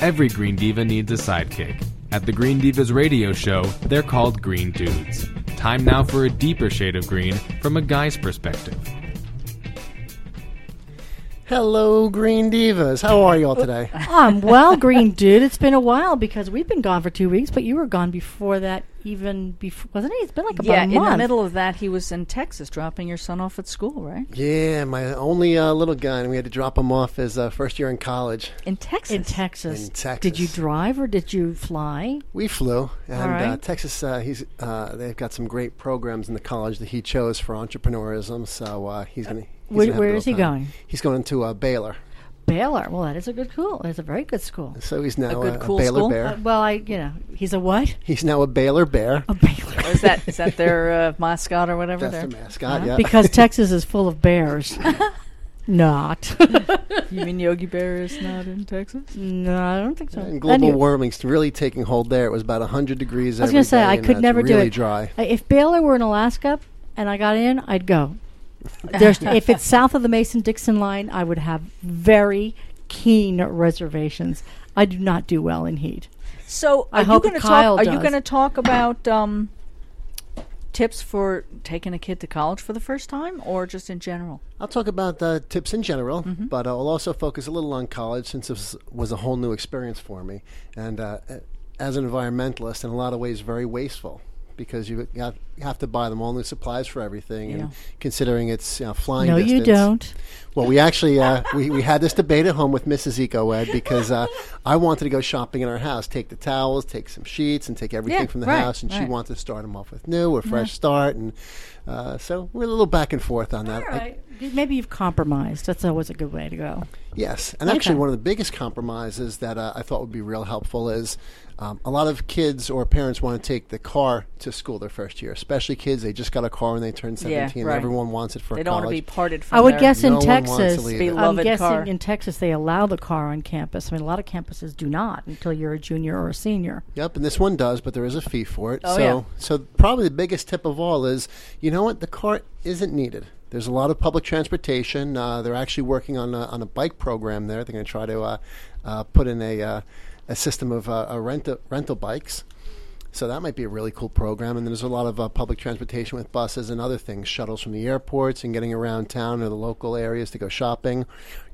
Every Green Diva needs a sidekick. At the Green Divas radio show, they're called Green Dudes. Time now for a deeper shade of green from a guy's perspective. Hello, Green Divas. How are y'all today? I'm Um, well, Green Dude. It's been a while because we've been gone for two weeks, but you were gone before that, even before, wasn't it? It's been like about yeah, a in month. the middle of that, he was in Texas dropping your son off at school, right? yeah, my only uh, little gun. We had to drop him off his uh, first year in college. In Texas. in Texas. In Texas. Did you drive or did you fly? We flew, and uh, right. Texas. Uh, he's uh, they've got some great programs in the college that he chose for entrepreneurism. So uh, he's gonna. He's Where- gonna have a where good is old he time. going? He's going to uh, Baylor, Baylor. Well, that is a good school. It's a very good school. so he's now A a, good a cool Baylor school? Bear. Uh, well, I, you know, he's a what? he's now a Baylor Bear. A Baylor. Or is that is that their uh, mascot or whatever? That's there? the mascot. Yeah. Uh-huh. because Texas is full of bears. Not. You mean Yogi Bear is not in Texas? no, I don't think so. and global Anyway. warming's really taking hold there. It was about 100 degrees I was going gonna to say I could never really do it. dry. Uh, If Baylor were in Alaska and I got in, I'd go. There's, if it's south of the Mason-Dixon line, I would have very keen reservations. I do not do well in heat. So I are hope you going to Kyle talk? Are you does. going to talk about um, tips for taking a kid to college for the first time, or just in general? I'll talk about uh, tips in general, but I'll also focus a little on college since this was a whole new experience for me. And uh, as an environmentalist, in a lot of ways, very wasteful because you got, you have to buy them all new supplies for everything. And considering it's you know, flying no, distance, you don't. Well, we actually uh, we, we had this debate at home with Mrs. Eco Ed because uh, I wanted to go shopping in our house, take the towels, take some sheets, and take everything Yeah, from the right, house, and she right. wanted to start them off with new, a fresh start, and uh, so we're a little back and forth on that. I- Maybe you've compromised. That's always a good way to go. yes, and actually, one of the biggest compromises that uh, I thought would be real helpful is. Um, a lot of kids or parents want to take the car to school their first year, especially kids. They just got a car when they turn 17. right. Everyone wants it for They don't college. want to be parted from. I would their- guess No in one wants to Texas, leave it. I'm Beloved guessing car. in Texas they allow the car on campus. I mean, a lot of campuses do not until you're a junior or a senior. Yep, and this one does, but there is a fee for it. Oh, so, yeah. so probably the biggest tip of all is, you know what, the car isn't needed. There's a lot of public transportation. Uh, they're actually working on a, on a bike program there. They're going to try to uh, uh, put in a uh, a system of uh, a rent rental bikes. So that might be a really cool program. And then there's a lot of uh, public transportation with buses and other things, shuttles from the airports and getting around town or the local areas to go shopping,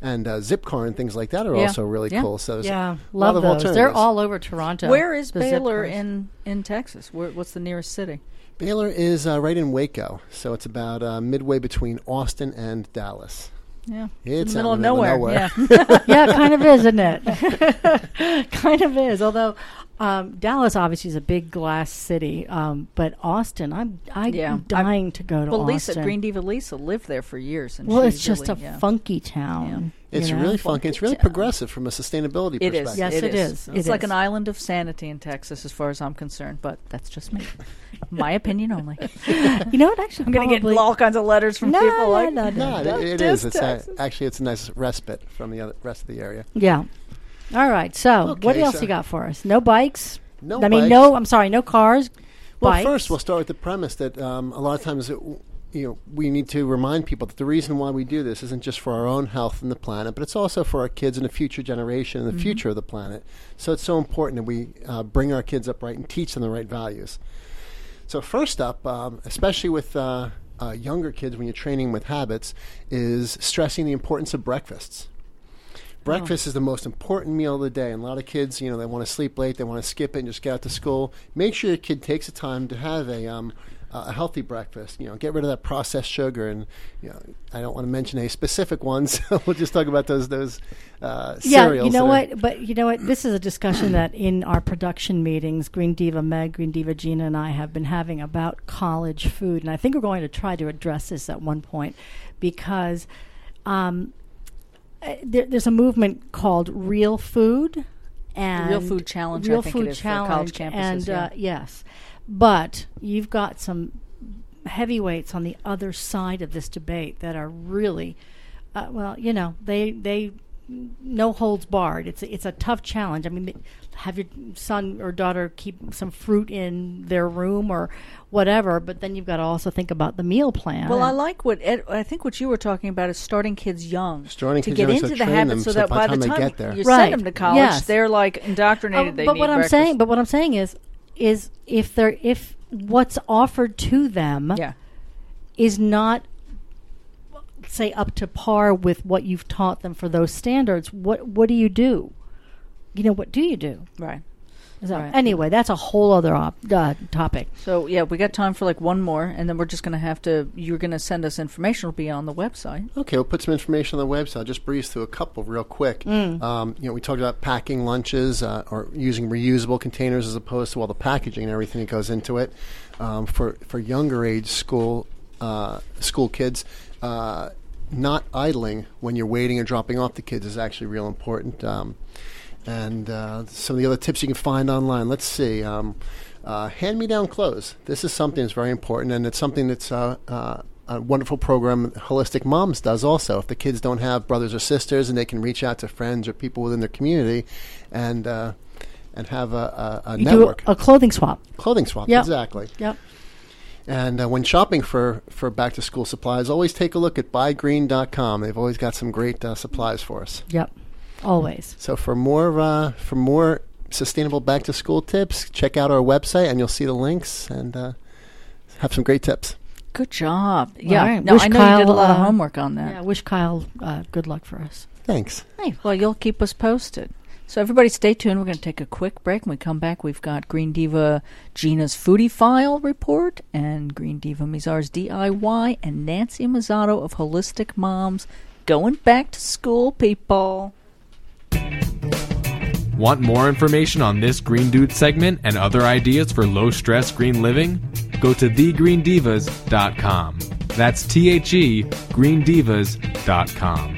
and uh, Zipcar and things like that are Yeah. also really Yeah. cool. So there's Yeah, a lot love of those. They're alternatives. all over Toronto. Where is the zip Baylor codes. in in Texas? Where, what's the nearest city? Baylor is uh, right in Waco, so it's about uh, midway between Austin and Dallas. Yeah, It's in the middle out of in the middle nowhere. of nowhere. Yeah. yeah, it kind of is, isn't it? kind of is. Although um, Dallas obviously is a big glass city, um, but Austin, I'm I'm Yeah, I'm- dying to go to well, Austin. Lisa Green Diva Lisa lived there for years, and well, she it's just really- a yeah. funky town. you It's know? really funky. It's really progressive from a sustainability It perspective. is. Yes, it is. It's It like is. an island of sanity in Texas, as far as I'm concerned. But that's just me, my opinion only. You know what? Actually, I'm going to get all kinds of letters from No, people no, like no, No, it- it Just is. It's a, Texas. actually it's a nice respite from the other, rest of the area. Yeah. All right. So, what Okay, else so- you got for us? No bikes. No I mean, bikes. no. I'm sorry. No cars. Well, bikes. first we'll start with the premise that um, a lot of times, it, you know, we need to remind people that the reason why we do this isn't just for our own health and the planet, but it's also for our kids and the future generation and the future of the planet. So it's so important that we uh, bring our kids up right and teach them the right values. So first up, um, especially with uh, uh, younger kids, when you're training with habits, is stressing the importance of breakfasts. Oh. Breakfast is the most important meal of the day, and a lot of kids, you know, they want to sleep late, they want to skip it and just get out to school. Make sure your kid takes the time to have a um, a a healthy breakfast. You know, get rid of that processed sugar, and you know, I don't want to mention any specific ones. So we'll just talk about those those uh, Yeah, cereals. you know that are- what? But you know what? This is a discussion that in our production meetings, Green Diva Meg, Green Diva Gina, and I have been having about college food, and I think we're going to try to address this at one point because um, uh, there, there's a movement called Real Food and Food Challenge, I Real think it Food is, for Challenge, college campuses, and uh, yeah. yes, but you've got some heavyweights on the other side of this debate that are really uh, well you know they they no holds barred. It's a, it's a tough challenge. I mean, have your son or daughter keep some fruit in their room or whatever, but then you've got to also think about the meal plan. Well, I like what Ed, I think what you were talking about is starting kids young Starting to kids get young, so into the train habit them so so that by by the the time time they get there. you Right. send them to college, Yes. they're like indoctrinated. Um, they but need what I'm breakfast. saying, but what I'm saying is, is if they're if what's offered to them yeah, is not say up to par with what you've taught them for those standards, what what do you do? You know, what do you do? right. So, Right. Anyway, that's a whole other op- uh, topic. So yeah, we got time for like one more, and then we're just gonna have to. You're gonna send us information. It'll be on the website. Okay, we'll put some information on the website. I'll just breeze through a couple real quick. Um, you know, we talked about packing lunches uh, or using reusable containers as opposed to all the packaging and everything that goes into it. Um, for for younger age school uh, school kids, uh, not idling when you're waiting or dropping off the kids is actually real important. Um, and uh, some of the other tips you can find online. Let's see. Um, uh, hand me down clothes. This is something that's very important, and it's something that's uh, uh, a wonderful program Holistic Moms does also. If the kids don't have brothers or sisters, and they can reach out to friends or people within their community, and uh, and have a, a, a You network do a, a clothing swap. clothing swap Yep. exactly. Yep. And uh, when shopping for, for back to school supplies, always take a look at buygreen.com. They've always got some great uh, supplies for us. Yep. Always. So for more uh, for more sustainable back to school tips, check out our website and you'll see the links and uh, have some great tips. Good job. All Yeah. right. No, Wish I know you did a Kyle, lot of uh, homework on that. Yeah. Wish Kyle uh, good luck for us. Thanks. Well, you'll keep us posted. So everybody, stay tuned. We're going to take a quick break. When we come back, we've got Green Diva Gina's foodie file report and Green Diva Mizar's DIY and Nancy Mazzato of Holistic Moms going back to school, people. Want more information on this Green Dude segment and other ideas for low stress green living? Go to thegreendivas.com. That's T H E greendivas.com.